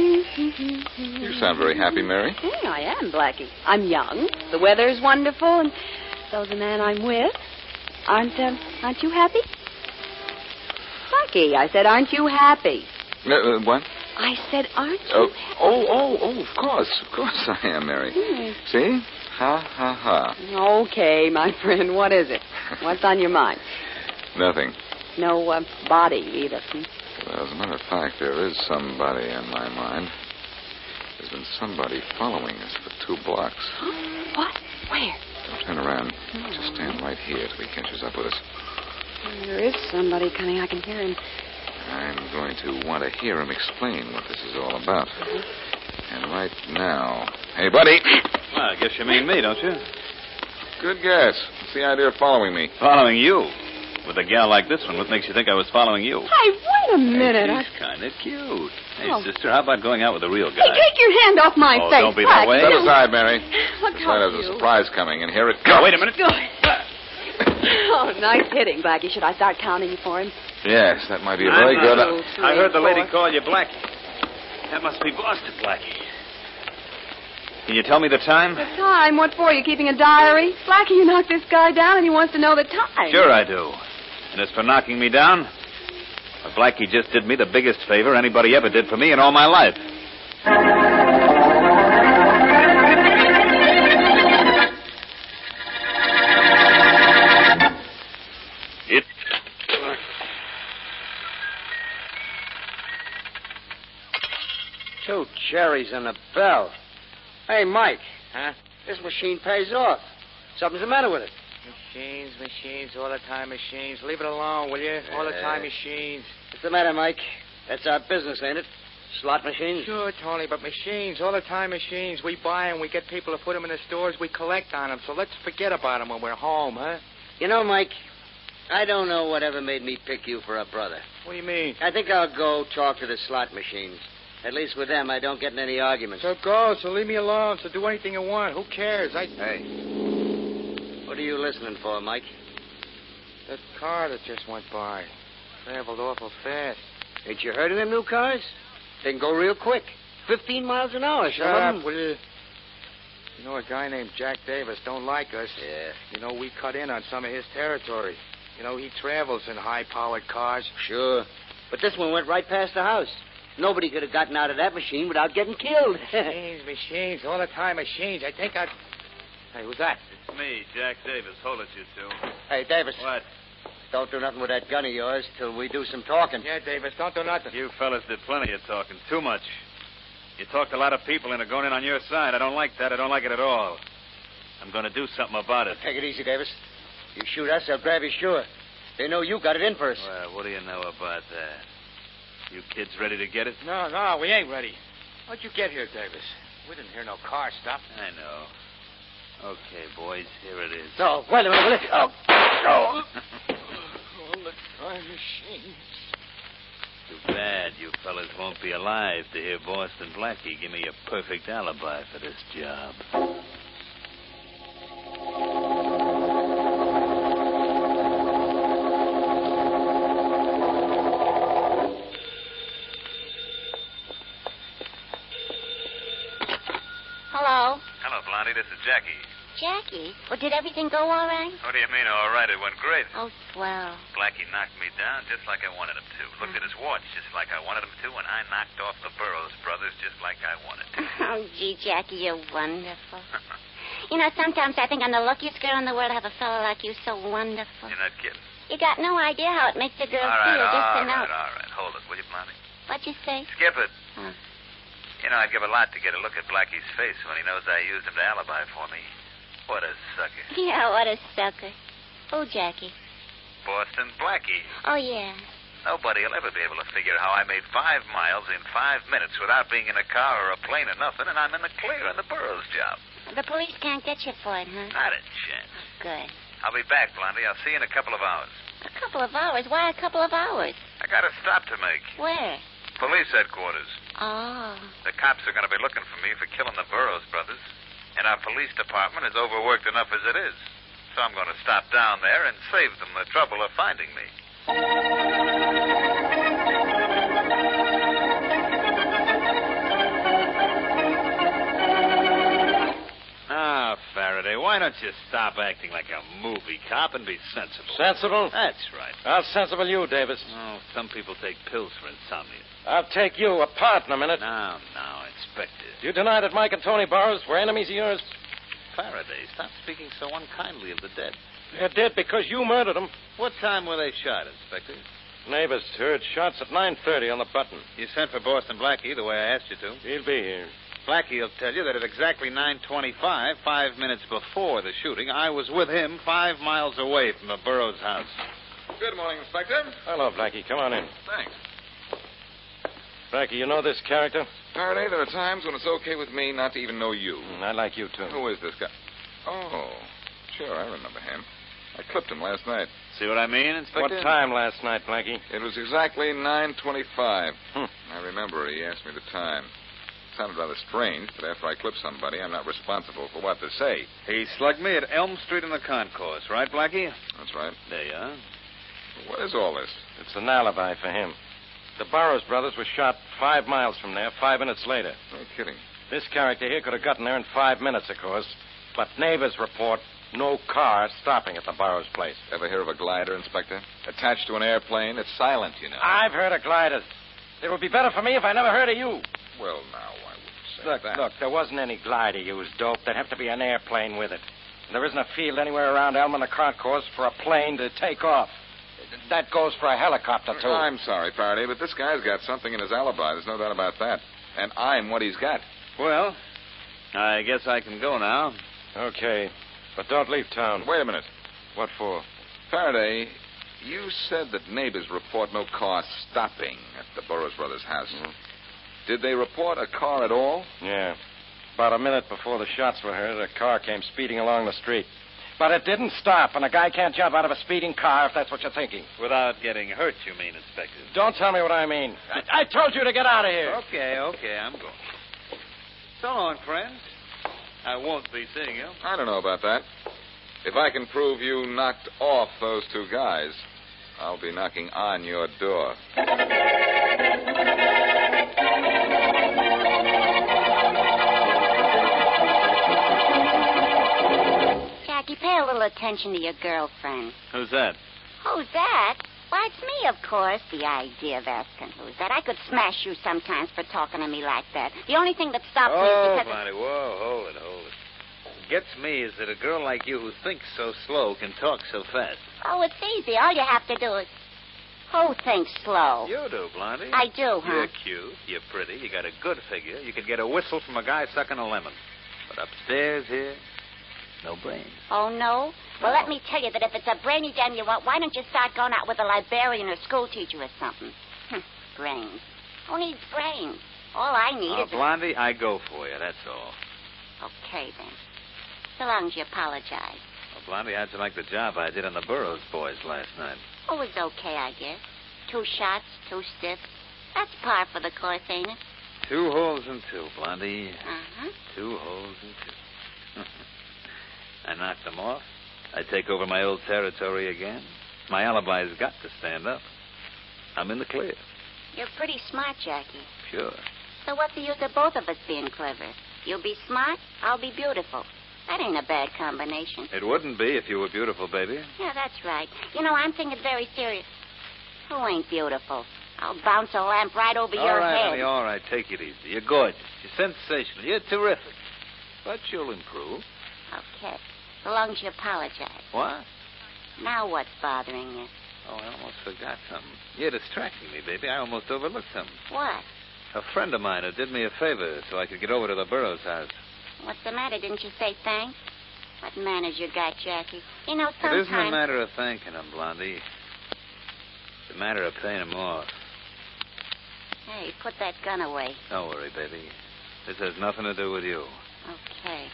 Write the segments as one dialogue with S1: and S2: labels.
S1: You sound very happy, Mary.
S2: Hmm, I am, Blackie. I'm young. The weather's wonderful, and so's the man I'm with. Aren't um, aren't you happy, Blackie? I said, aren't you happy?
S1: Uh, uh, what?
S2: I said, aren't you?
S1: Oh, oh, oh, oh, of course. Of course I am, Mary. See? Ha, ha, ha.
S2: Okay, my friend. What is it? What's on your mind?
S1: Nothing.
S2: No uh, body either. hmm?
S1: Well, as a matter of fact, there is somebody in my mind. There's been somebody following us for two blocks.
S2: What? Where?
S1: Don't turn around. Just stand right here till he catches up with us.
S2: There is somebody coming. I can hear him.
S1: I'm going to want to hear him explain what this is all about. And right now. Hey, buddy!
S3: Well, I guess you mean me, don't you?
S1: Good guess. What's the idea of following me?
S3: Following you. With a gal like this one, what makes you think I was following you?
S2: Hey, wait a minute.
S3: Hey,
S2: I...
S3: she's kind of cute. Hey,
S2: Oh.
S3: sister, how about going out with a real guy?
S2: Hey, take your hand off my
S3: Oh,
S2: face.
S3: don't be that way.
S2: Blackie.
S1: Step
S2: Don't-
S1: aside, Mary.
S2: Look
S1: This
S2: how
S1: lad has a
S2: cute.
S1: surprise coming, and here it
S3: Oh,
S1: comes.
S3: wait a minute.
S2: Oh, nice hitting, Blackie. Should I start counting you for him?
S1: Yes, that might be a very good.
S2: know.
S3: uh, I heard the lady call you Blackie. That must be Boston Blackie. Can you tell me the time?
S2: The time? What for? You keeping a diary? Blackie, you knocked this guy down and he wants to know the time.
S3: Sure, I do. And as for knocking me down, well, Blackie just did me the biggest favor anybody ever did for me in all my life. It.
S4: Two cherries and a bell. Hey, Mike, huh? This machine pays off. Something's the matter with it. Machines, machines, all the time machines. Leave it alone, will you? All the time machines. Uh, What's the matter, Mike? That's our business, ain't it? Slot machines? Sure, Tony, but machines, all the time machines. We buy them, we get people to put them in the stores, we collect on them, so let's forget about them when we're home, huh? You know, Mike, I don't know whatever made me pick you for a brother. What do you mean? I think I'll go talk to the slot machines. At least with them, I don't get in any arguments. So go, so leave me alone, so do anything you want. Who cares? I. Hey. What are you listening for, Mike? The car that just went by. Traveled awful fast. Ain't you heard of them new cars? They can go real quick. Fifteen miles an hour, Shut up, will you? You know, a guy named Jack Davis don't like us. Yeah. You know, we cut in on some of his territory. You know, he travels in high-powered cars. Sure. But this one went right past the house. Nobody could have gotten out of that machine without getting killed. machines, machines, all the time machines. I think I... Hey, who's that? It's me, Jack Davis. Hold it, you two.
S1: Hey, Davis,
S4: What?
S1: don't do nothing with that gun of yours till we do some talking. Yeah, Davis, don't do nothing.
S4: You fellas did plenty of talking. Too much. You talked a lot of people into going in on your side. I don't like that. I don't like it at all. I'm going to do something about it.
S1: Take it easy, Davis. You shoot us, they'll grab you sure. They know you got it in for us.
S4: Well, what do you know about that? You kids ready to get it?
S1: No, no, we ain't ready. How'd you get here, Davis? We didn't hear no car stop.
S4: I know. Okay, boys, here it is.
S1: No, wait a minute. Will it? Oh, oh.
S4: Too bad you fellas won't be alive to hear Boston Blackie give me a perfect alibi for this job.
S2: Hello?
S4: Hello, Blondie. This is Jackie.
S2: Jackie? Well, did everything go all right?
S4: What do you mean, all right? It went great.
S2: Oh, swell.
S4: Blackie knocked me down just like I wanted him to. Looked at his watch just like I wanted him to, and I knocked off the Burroughs brothers just like I wanted to.
S2: Oh, gee, Jackie, you're wonderful. You know, sometimes I think I'm the luckiest girl in the world to have a fellow like you so wonderful.
S4: You're not kidding.
S2: You got no idea how it makes a girl
S4: all right,
S2: feel
S4: all
S2: just to
S4: right,
S2: know.
S4: all right. Hold it, will you, Blondie?
S2: What'd you say?
S4: Skip it.
S2: Oh.
S4: You know, I'd give a lot to get a look at Blackie's face when he knows I used him to alibi for me. What a sucker.
S2: Yeah, what a sucker. Oh, Jackie.
S4: Boston Blackie.
S2: Oh, yeah.
S4: Nobody will ever be able to figure how I made five miles in five minutes without being in a car or a plane or nothing, and I'm in the clear on the Burroughs job.
S2: The police can't get you for it, huh?
S4: Not a chance.
S2: Good.
S4: I'll be back, Blondie. I'll see you in a couple of hours.
S2: A couple of hours? Why a couple of hours?
S4: I got a stop to make.
S2: Where?
S4: Police headquarters.
S2: Oh.
S4: The cops are going to be looking for me for killing the Burroughs brothers, and our police department is overworked enough as it is. So I'm going to stop down there and save them the trouble of finding me. Ah, Faraday, why don't you stop acting like a movie cop and be sensible?
S1: Sensible?
S4: That's right.
S1: I'll sensible you, Davis.
S4: Oh, some people take pills for insomnia.
S1: I'll take you apart in a minute.
S4: Now, now, Inspector.
S1: You deny that Mike and Tony Burrows were enemies of yours?
S4: Faraday, stop speaking so unkindly of the dead.
S1: They're dead because you murdered them.
S4: What time were they shot, Inspector?
S1: Neighbors heard shots at 9.30 on the button.
S4: You sent for Boston Blackie the way I asked you to.
S1: He'll be here.
S4: Blackie will tell you that at exactly 9:25, five minutes before the shooting, I was with him five miles away from the Burroughs house.
S5: Good morning, Inspector.
S1: Hello, Blackie. Come on in.
S5: Thanks.
S1: Blackie, you know this character?
S5: Faraday, there are times when it's okay with me not to even know you.
S1: Mm, I like you, too.
S5: Who is this guy? Oh, sure, I remember him. I clipped him last night.
S4: See what I mean,
S1: What
S4: Inspector?
S1: time last night, Blackie?
S5: It was exactly 9.25.
S1: Hmm.
S5: I remember he asked me the time. It sounded rather strange, but after I clip somebody, I'm not responsible for what they say.
S4: He slugged me at Elm Street in the concourse, right, Blackie?
S5: That's right.
S4: There you are.
S5: What is all this?
S1: It's an alibi for him. The Burroughs brothers were shot five miles from there, five minutes later.
S5: No kidding.
S1: This character here could have gotten there in five minutes, of course. But neighbors report no car stopping at the Burroughs place.
S5: Ever hear of a glider, Inspector? Attached to an airplane, it's silent, you know.
S1: I've heard of gliders. It would be better for me if I never heard of you.
S5: Well, now, I wouldn't say
S1: Look,
S5: that.
S1: look, there wasn't any glider used, dope. There'd have to be an airplane with it. There isn't a field anywhere around Elm and the concourse for a plane to take off. That goes for a helicopter, too.
S5: I'm sorry, Faraday, but this guy's got something in his alibi. There's no doubt about that. And I'm what he's got.
S4: Well, I guess I can go now.
S1: Okay. But don't leave town.
S5: Wait a minute.
S1: What for?
S5: Faraday, you said that neighbors report no car stopping at the Burroughs Brothers' house.
S1: Mm-hmm.
S5: Did they report a car at all?
S1: Yeah. About a minute before the shots were heard, a car came speeding along the street. But it didn't stop, and a guy can't jump out of a speeding car if that's what you're thinking.
S4: Without getting hurt, you mean, Inspector?
S1: Don't tell me what I mean. I, I told you to get out of here.
S4: Okay, okay, I'm going. So long, friends. I won't be seeing you.
S5: I don't know about that. If I can prove you knocked off those two guys, I'll be knocking on your door.
S2: Jackie, pay a little attention to your girlfriend.
S4: Who's that?
S2: Who's that? Why, it's me, of course. The idea of asking who's that. I could smash you sometimes for talking to me like that. The only thing that stopped me
S4: Oh,
S2: is because.
S4: Blondie, whoa, hold it, hold it. gets me is that a girl like you who thinks so slow can talk so fast.
S2: Oh, it's easy. All you have to do is. Who thinks slow?
S4: You do, Blondie.
S2: I do, huh?
S4: You're cute. You're pretty. You got a good figure. You could get a whistle from a guy sucking a lemon. But upstairs here, no brains.
S2: Oh, no? Well, let me tell you that if it's a brainy den you want, why don't you start going out with a librarian or schoolteacher or something? Hm, brains. Who needs brains? All I need
S4: Now,
S2: is.
S4: Blondie, I go for you. That's all.
S2: Okay, then. So long as you apologize.
S4: Well, Blondie, how'd you like the job I did on the Burroughs boys last night?
S2: Oh, it's okay, I guess. Two shots, two stiffs. That's par for the course, ain't it?
S4: Two holes and two, Blondie.
S2: Uh-huh.
S4: Two holes and two. I knock them off. I take over my old territory again. My alibi's got to stand up. I'm in the clear.
S2: You're pretty smart, Jackie.
S4: Sure.
S2: So what's the use of both of us being clever? You'll be smart, I'll be beautiful. That ain't a bad combination.
S4: It wouldn't be if you were beautiful, baby.
S2: Yeah, that's right. You know, I'm thinking very serious. Who ain't beautiful? I'll bounce a lamp right over
S4: all
S2: your
S4: right,
S2: head.
S4: honey, all right. Take it easy. You're gorgeous. You're sensational. You're terrific. But you'll improve.
S2: Okay. So long as you apologize.
S4: What?
S2: Now what's bothering you?
S4: Oh, I almost forgot something. You're distracting me, baby. I almost overlooked something.
S2: What?
S4: A friend of mine who did me a favor so I could get over to the Burroughs house.
S2: What's the matter? Didn't you say thanks? What manners you got, Jackie? You know,
S4: It
S2: sometimes...
S4: isn't a matter of thanking him, Blondie. It's a matter of paying him off.
S2: Hey, put that gun away.
S4: Don't worry, baby. This has nothing to do with you.
S2: Okay.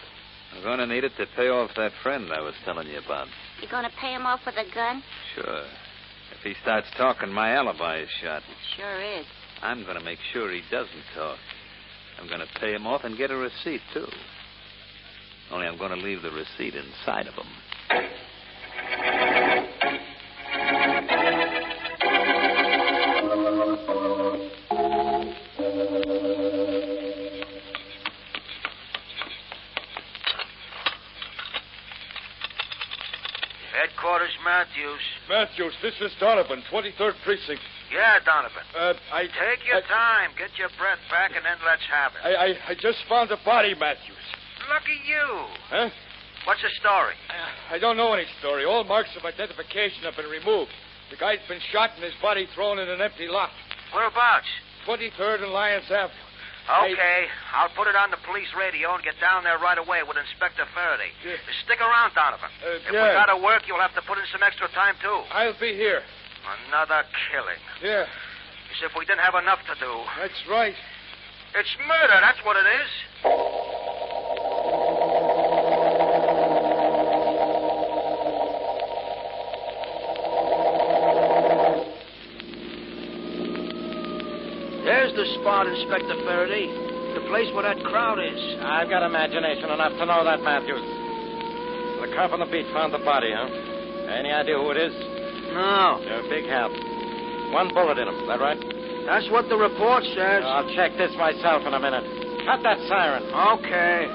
S4: I'm going to need it to pay off that friend I was telling you about.
S2: You gonna pay him off with a gun?
S4: Sure. If he starts talking, my alibi is shot.
S2: Sure is.
S4: I'm going to make sure he doesn't talk. I'm going to pay him off and get a receipt, too. Only I'm going to leave the receipt inside of him.
S1: Headquarters, Matthews.
S6: Matthews, this is Donovan, 23rd Precinct.
S1: Yeah, Donovan.
S6: Uh, I,
S1: Take your time. Get your breath back, and then let's have it.
S6: I, I, I just found a body, Matthews.
S1: Lucky you.
S6: Huh? Uh,
S1: What's the story?
S6: I don't know any story. All marks of identification have been removed. The guy's been shot and his body thrown in an empty lot.
S1: Whereabouts?
S6: 23rd and Lyons Avenue. I-
S1: Okay, I'll put it on the police radio and get down there right away with Inspector Faraday.
S6: Yeah.
S1: Stick around, Donovan.
S6: Uh,
S1: if we
S6: yeah.
S1: gotta work, you'll have to put in some extra time, too.
S6: I'll be here.
S1: Another killing.
S6: Yeah,
S1: As if we didn't have enough to do.
S6: that's right.
S1: It's murder, that's what it is.
S7: There's the spot, Inspector Faraday. The place where that crowd is.
S8: I've got imagination enough to know that, Matthews. The cop on the beat found the body, huh? Any idea who it is?
S7: No.
S8: You're a big help. One bullet in him, is that right?
S7: That's what the report says.
S8: I'll check this myself in a minute. Cut that siren.
S7: Okay.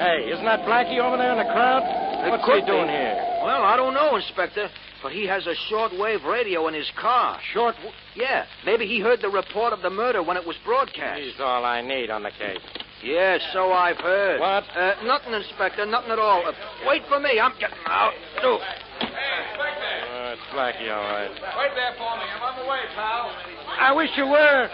S8: Hey, isn't that Blackie over there in the crowd?
S7: It
S8: What's
S7: could
S8: he doing
S7: be.
S8: here?
S7: Well, I don't know, Inspector, but he has a shortwave radio in his car.
S8: Short.
S7: Yeah, maybe he heard the report of the murder when it was broadcast.
S8: He's all I need on the case.
S7: Yes, so I've heard.
S8: What?
S7: Uh, nothing, Inspector, nothing at all. Uh, wait for me. I'm getting out. too.
S8: Oh, it's Blackie, all right.
S6: Wait there for me. I'm on the way, pal.
S8: I wish you were.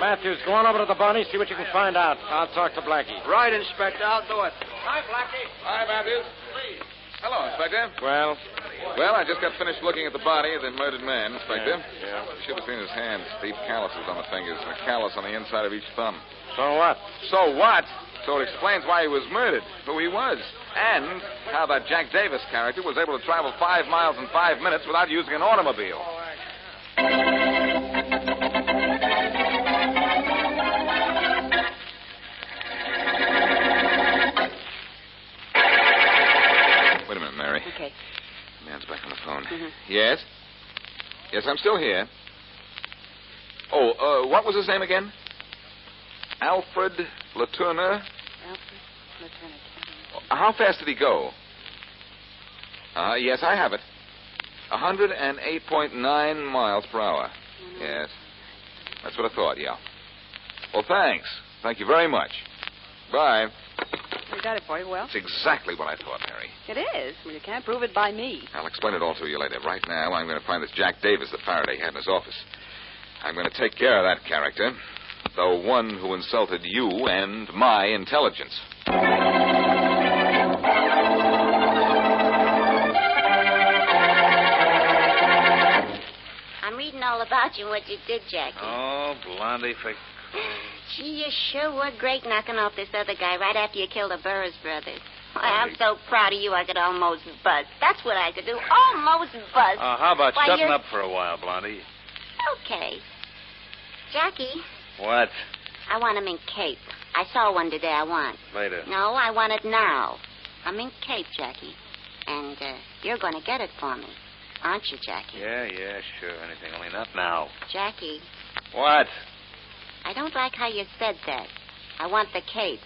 S8: Matthews, go on over to the barney, see what you can find out. I'll talk to Blackie.
S7: Right, Inspector, I'll do it.
S6: Hi, Blackie. Hi, Matthews. Please.
S9: Hello, Inspector.
S8: Well?
S9: Well, I just got finished looking at the body of the murdered man, Inspector.
S8: Yeah, yeah.
S9: You should have seen his hands. Deep calluses on the fingers and a callus on the inside of each thumb.
S8: So what?
S9: So what? So it explains why he was murdered, who he was, and how that Jack Davis character was able to travel five miles in five minutes without using an automobile. Wait a minute, Mary.
S10: Okay.
S9: The man's back on the phone.
S10: Mhm.
S9: Yes? Yes, I'm still here. Oh, uh, what was his name again? Alfred Latourner? How fast did he go? Uh, yes, I have it. 108.9 miles per hour. Yes. That's what I thought, yeah. Well, thanks. Thank you very much. Bye.
S11: We got it for you. Well,
S4: That's exactly what I thought, Mary.
S11: it is. Well, you can't prove it by me.
S4: I'll explain it all to you later. Right now, I'm going to find this Jack Davis the Faraday had in his office. I'm going to take care of that character, the one who insulted you and my intelligence.
S2: I'm reading all about you and what you did, Jackie.
S12: Oh, Blondie, for.
S2: Gee, you sure were great knocking off this other guy right after you killed the Burris brothers. Why, I'm so proud of you, I could almost buzz. That's what I could do. Almost buzz.
S12: Uh, how about
S2: Why,
S12: shutting
S2: you're-
S12: up for a while, Blondie?
S2: Okay. Jackie,
S12: What?
S2: I want him in Cape. I saw one today I want.
S12: Later.
S2: No, I want it now. I'm in Cape, Jackie. And uh, you're going to get it for me. Aren't you, Jackie?
S12: Yeah, yeah, sure. Anything, only not now.
S2: Jackie,
S12: What?
S2: I don't like how you said that. I want the cape.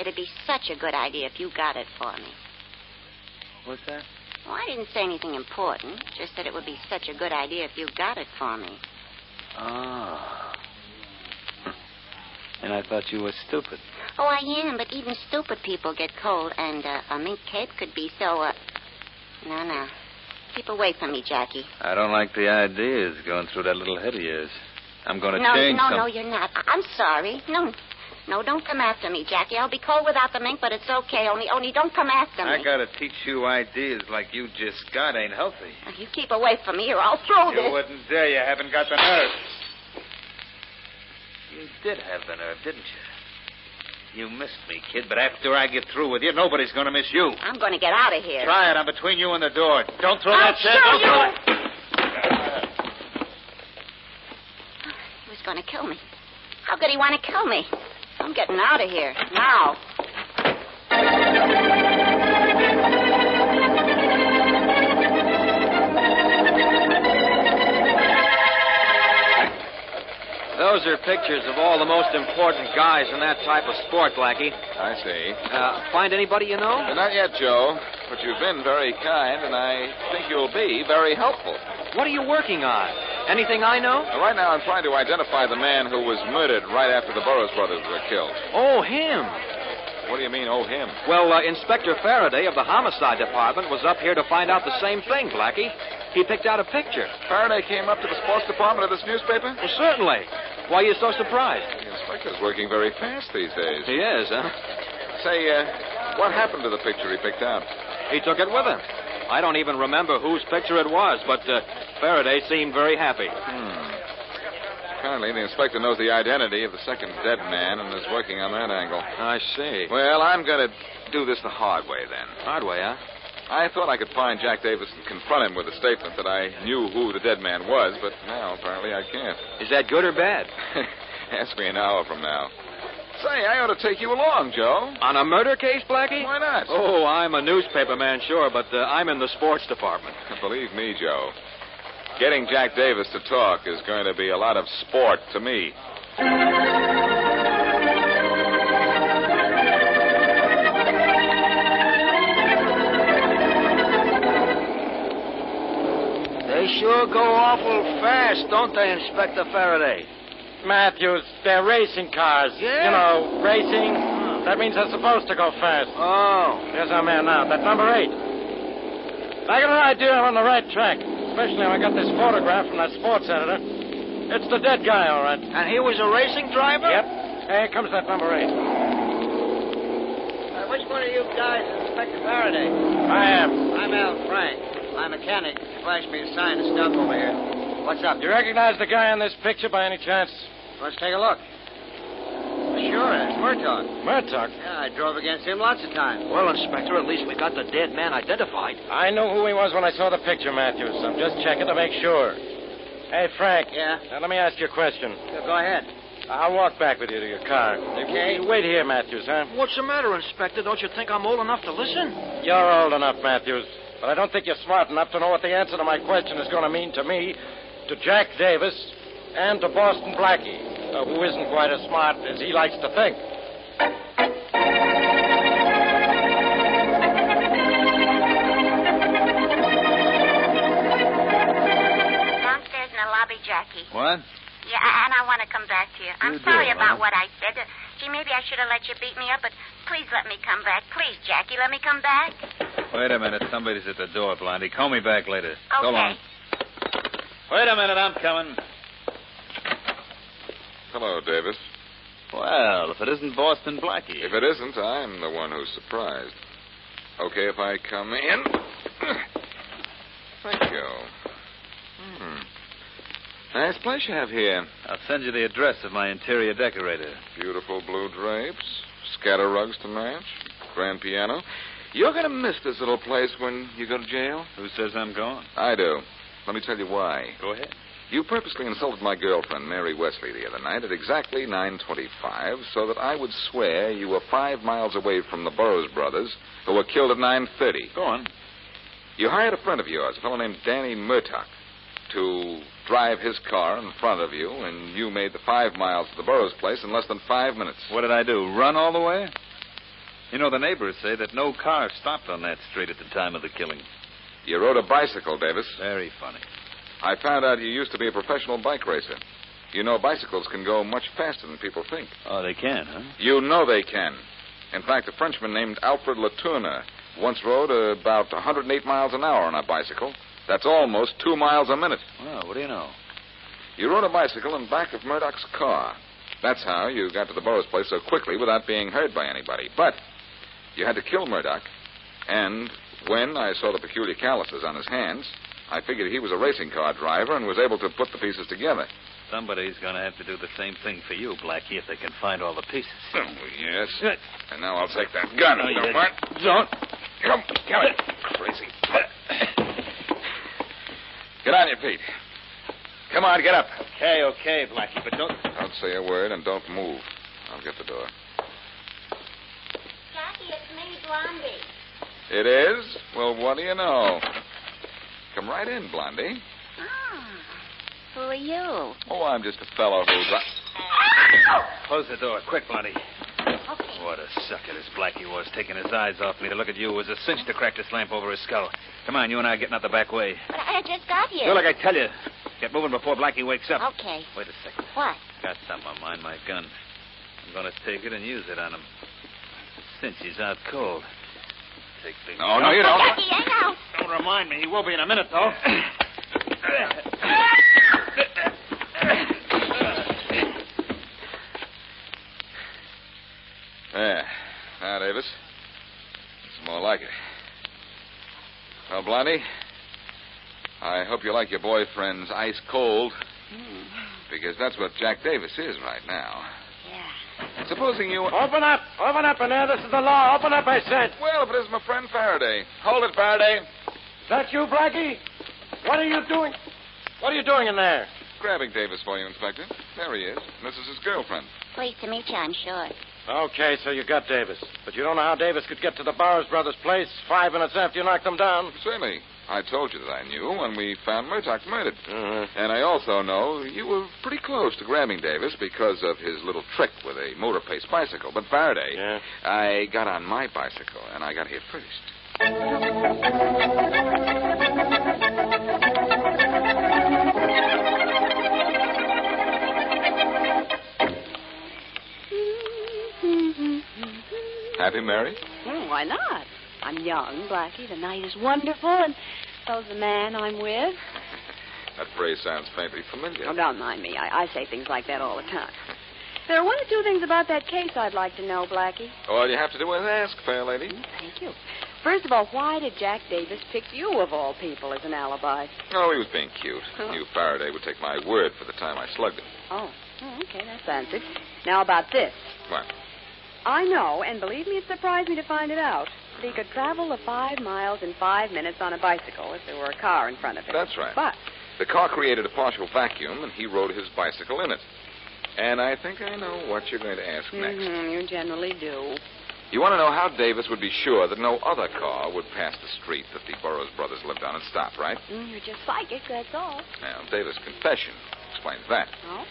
S2: It'd be such a good idea if you got it for me.
S12: What's that?
S2: Well, I didn't say anything important, just that it would be such a good idea if you got it for me.
S13: Ah.
S12: Oh. And I thought you were stupid.
S2: Oh, I am, but even stupid people get cold, and uh, a mink cape could be so, uh. No, no. Keep away from me, Jackie.
S12: I don't like the ideas going through that little head of yours. I'm going to
S2: no,
S12: change
S2: no,
S12: some-
S2: no, you're not. I- I'm sorry. No, no, don't come after me, Jackie. I'll be cold without the mink, but it's okay. Only, only don't come after me.
S12: I gotta teach you ideas like you just got ain't healthy.
S2: You keep away from me, or I'll throw
S12: you
S2: this.
S12: wouldn't dare. You haven't got the nerve. You did have the nerve, didn't you? You missed me, kid, but after I get through with you, nobody's gonna miss you.
S2: I'm going to get out of here.
S12: Try it. I'm between you and the door. Don't throw
S2: I'll
S12: that chair.
S2: show
S12: Don't
S2: you.
S12: throw it.
S2: He was going to kill me. How could he want to kill me? I'm getting out of here now.
S13: Those are pictures of all the most important guys in that type of sport, Blackie.
S4: I see.
S13: Uh, find anybody you know?
S4: Not yet, Joe, but you've been very kind, and I think you'll be very helpful.
S13: What are you working on? Anything I know?
S4: Now, right now, I'm trying to identify the man who was murdered right after the Burroughs brothers were killed.
S13: Oh, him.
S4: What do you mean, oh, him?
S13: Well, uh, Inspector Faraday of the Homicide Department was up here to find out the same thing, Blackie. He picked out a picture.
S4: Faraday came up to the sports department of this newspaper?
S13: Well, certainly. Why are you so surprised?
S4: The inspector's working very fast these days.
S13: He is, huh?
S4: Say, uh, what happened to the picture he picked out?
S13: He took it with him. I don't even remember whose picture it was, but uh, Faraday seemed very happy.
S4: Hmm. Apparently, the inspector knows the identity of the second dead man and is working on that angle.
S13: I see.
S4: Well, I'm going to do this the hard way then.
S13: Hard way, huh?
S4: I thought I could find Jack Davis and confront him with a statement that I knew who the dead man was, but now apparently I can't.
S13: Is that good or bad?
S4: Ask me an hour from now. Say, I ought to take you along, Joe.
S13: On a murder case, Blackie?
S4: Why not?
S13: Oh, I'm a newspaper man, sure, but uh, I'm in the sports department.
S4: Believe me, Joe, getting Jack Davis to talk is going to be a lot of sport to me.
S13: They sure go awful fast, don't they, Inspector Faraday?
S1: Matthews, they're racing cars.
S13: Yeah?
S1: You know, racing. That means they're supposed to go fast.
S13: Oh.
S1: There's our man now. That's number eight. I got an idea I'm on the right track, especially when I got this photograph from that sports editor. It's the dead guy, all right.
S13: And he was a racing driver?
S1: Yep. Here comes that number eight.
S14: Uh, which one of you guys is Inspector Faraday?
S1: I am.
S14: I'm Al Frank. My mechanic flashed me a sign to stop over here. What's up?
S1: You recognize the guy in this picture by any chance?
S14: Let's take a look. Sure, it's Murtaugh.
S1: Murdoch.
S14: Yeah, I drove against him lots of times.
S13: Well, Inspector, at least we got the dead man identified.
S1: I knew who he was when I saw the picture, Matthews. I'm just checking to make sure. Hey, Frank.
S14: Yeah?
S1: Now, let me ask you a question.
S14: Go ahead.
S1: I'll walk back with you to your car.
S14: Okay.
S1: Wait here, Matthews, huh?
S13: What's the matter, Inspector? Don't you think I'm old enough to listen?
S1: You're old enough, Matthews, but I don't think you're smart enough to know what the answer to my question is going to mean to me, to Jack Davis, and to Boston Blackie, uh, who isn't quite as smart as he likes to think.
S2: Downstairs in the lobby, Jackie.
S12: What?
S2: Yeah, and I want to come back to you. I'm
S12: You
S2: sorry
S12: do,
S2: about
S12: huh?
S2: what I said. Uh, gee, maybe I should have let you beat me up, but
S15: Please let me come back. Please, Jackie, let me come back.
S1: Wait a minute. Somebody's at the door, Blondie. Call me back later. So
S15: Okay.
S1: long. Wait a minute. I'm coming.
S4: Hello, Davis.
S1: Well, if it isn't Boston Blackie.
S4: If it isn't, I'm the one who's surprised. Okay, if I come in. Thank you. Hmm. Nice place you have here.
S1: I'll send you the address of my interior decorator.
S4: Beautiful blue drapes, scatter rugs to match, grand piano. You're going to miss this little place when you go to jail.
S1: Who says I'm gone?
S4: I do. Let me tell you why.
S1: Go ahead.
S4: You purposely insulted my girlfriend, Mary Wesley, the other night at exactly 9.25 so that I would swear you were five miles away from the Burroughs brothers who were killed at 9.30.
S1: Go on.
S4: You hired a friend of yours, a fellow named Danny Murtock, to drive his car in front of you, and you made the five miles to the Burroughs place in less than five minutes.
S1: What did I do? Run all the way? You know, the neighbors say that no car stopped on that street at the time of the killing.
S4: You rode a bicycle, Davis.
S1: Very funny.
S4: I found out you used to be a professional bike racer. You know bicycles can go much faster than people think.
S1: Oh, they can, huh?
S4: You know they can. In fact, a Frenchman named Alfred Latourna once rode about 108 miles an hour on a bicycle. That's almost two miles a minute.
S1: Well, what do you know?
S4: You rode a bicycle in back of Murdoch's car. That's how you got to the Burroughs place so quickly without being heard by anybody. But you had to kill Murdoch, and when I saw the peculiar calluses on his hands, I figured he was a racing car driver and was able to put the pieces together.
S1: Somebody's going to have to do the same thing for you, Blackie, if they can find all the pieces.
S4: Oh, yes. And now I'll take that gun.
S1: No, you
S4: don't
S1: didn't.
S4: mind.
S1: Don't.
S4: Come, come here. Crazy. Get on your feet. Come on, get up.
S16: Okay, okay, Blackie, but don't.
S4: Don't say a word and don't move. I'll get the door.
S15: Jackie, it's me, Blondie.
S4: It is? Well, what do you know? Come right in, Blondie.
S2: Hmm.
S15: Ah. Who are you?
S4: Oh, I'm just a fellow who's.
S1: Close the door, quick, Blondie.
S15: Okay.
S1: What a sucker this Blackie was, taking his eyes off me to look at you. It was a cinch to crack this lamp over his skull. Come on, you and I are getting out the back way.
S15: But I just got here.
S1: Do like I tell you. Get moving before Blackie wakes
S2: Oh.
S1: up.
S15: Okay.
S1: Wait a second.
S15: What?
S1: Got something on mine, my gun. I'm going to take it and use it on him. Since he's out cold. Take things.
S4: Oh, No, no, you don't.
S15: Jackie, hang out.
S1: Don't remind me. He will be in a minute, though.
S4: There. Now, Davis. It's more like it. Well, Blondie, I hope you like your boyfriend's ice cold, because that's what Jack Davis is right now. Yeah. Supposing you.
S17: Open up! Open up in there. This is the law. Open up, I said.
S4: Well, if it is my friend Faraday. Hold it, Faraday.
S17: Is that you, Blackie? What are you doing? What are you doing in there?
S4: Grabbing Davis for you, Inspector. There he is. This is his girlfriend.
S15: Pleased to meet you, I'm sure.
S17: Okay, so you got Davis. But you don't know how Davis could get to the Bowers brothers' place five minutes after you knocked them down.
S4: Certainly. I told you that I knew when we found Murdoch murdered. And I also know you were pretty close to grabbing Davis because of his little trick with a motor pace bicycle. But Faraday, I got on my bicycle and I got here first. Happy Mary?
S2: Hmm, why not? I'm young, Blackie. The night is wonderful, and so's the man I'm with.
S4: That phrase sounds faintly familiar.
S2: Oh, don't mind me. I, I say things like that all the time. There are one or two things about that case I'd like to know, Blackie.
S4: All you have to do is ask, fair lady.
S2: Thank you. First of all, why did Jack Davis pick you, of all people, as an alibi?
S4: Oh, he was being cute.
S2: Oh.
S4: Knew Faraday would take my word for the time I slugged him.
S2: Oh, oh, okay, that's answered. Now about this.
S4: What?
S2: I know, and believe me, it surprised me to find it out, that he could travel the five miles in five minutes on a bicycle if there were a car in front of him.
S4: That's right.
S2: But
S4: The car created a partial vacuum, and he rode his bicycle in it. And I think I know what you're going to ask next.
S2: Mhm, you generally do.
S4: You want to know how Davis would be sure that no other car would pass the street that the Burroughs brothers lived on and stop, right?
S2: Mm, You're just psychic, that's all.
S4: Now, Davis' confession explains that.
S2: Oh?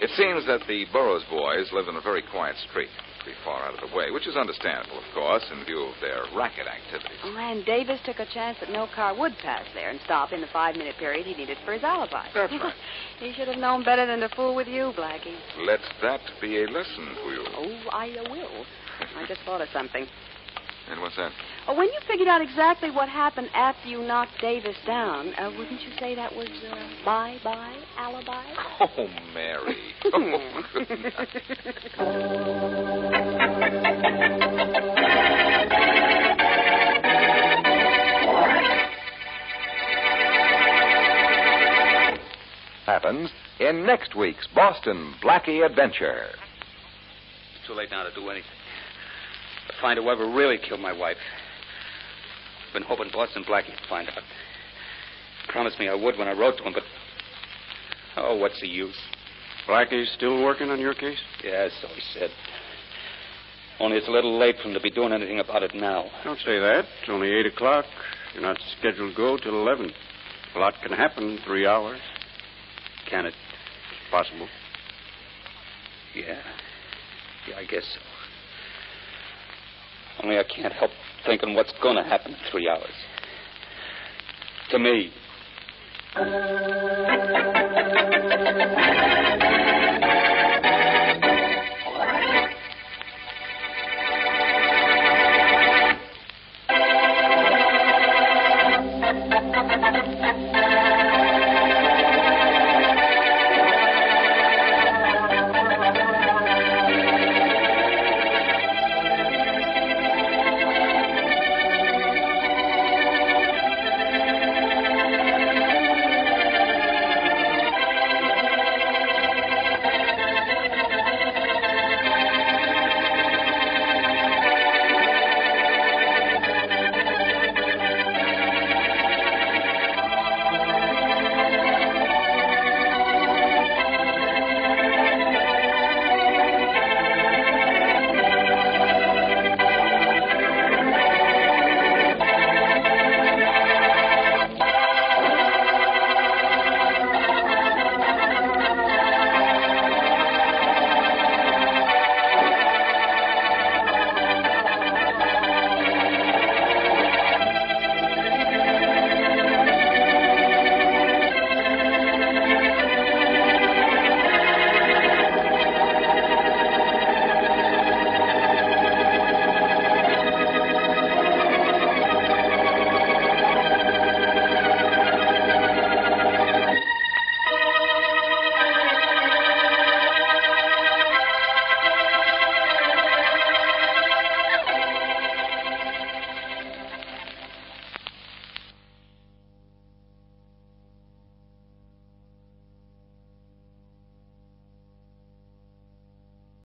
S4: It seems that the Burroughs boys lived in a very quiet street, pretty far out of the way, which is understandable, of course, in view of their racket activities.
S2: Oh, and Davis took a chance that no car would pass there and stop in the five minute period he needed for his alibi.
S4: That's right.
S2: he should have known better than to fool with you, Blackie.
S4: Let that be a lesson for you.
S2: Oh, I will. I just thought of something.
S18: And what's that?
S2: Oh, when you figured out exactly what happened after you knocked Davis down, uh, wouldn't you say that was uh, bye bye alibi?
S18: Oh, Mary. Oh, good
S4: Happens in next week's Boston Blackie Adventure.
S1: Too late now to do anything. To find out whoever really killed my wife. I've been hoping Boston Blackie would find out. Promised me I would when I wrote to him, but oh, what's the use? Blackie's still working on your case? Yeah, so he said. Only it's a little late for him to be doing anything about it now.
S19: Don't say that. It's only 8 o'clock. You're not scheduled to go till 11. A lot can happen in three hours.
S1: Can it?
S19: Possible.
S1: Yeah. Yeah, I guess so. Only I can't help thinking what's going to happen in three hours. To me.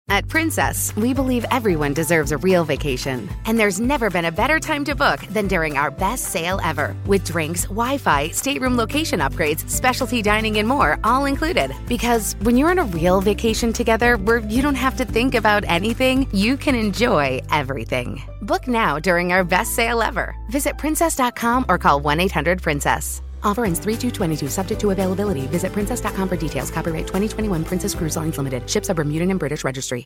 S20: At Princess, we believe everyone deserves a real vacation. And there's never been a better time to book than during our best sale ever. With drinks, Wi Fi, stateroom location upgrades, specialty dining, and more all included. Because when you're on a real vacation together where you don't have to think about anything, you can enjoy everything. Book now during our best sale ever. Visit princess.com or call 1 800 Princess. Offer ends 3222, subject to availability. Visit princess.com for details. Copyright 2021 Princess Cruise Lines Limited. Ships are Bermudan and British Registry.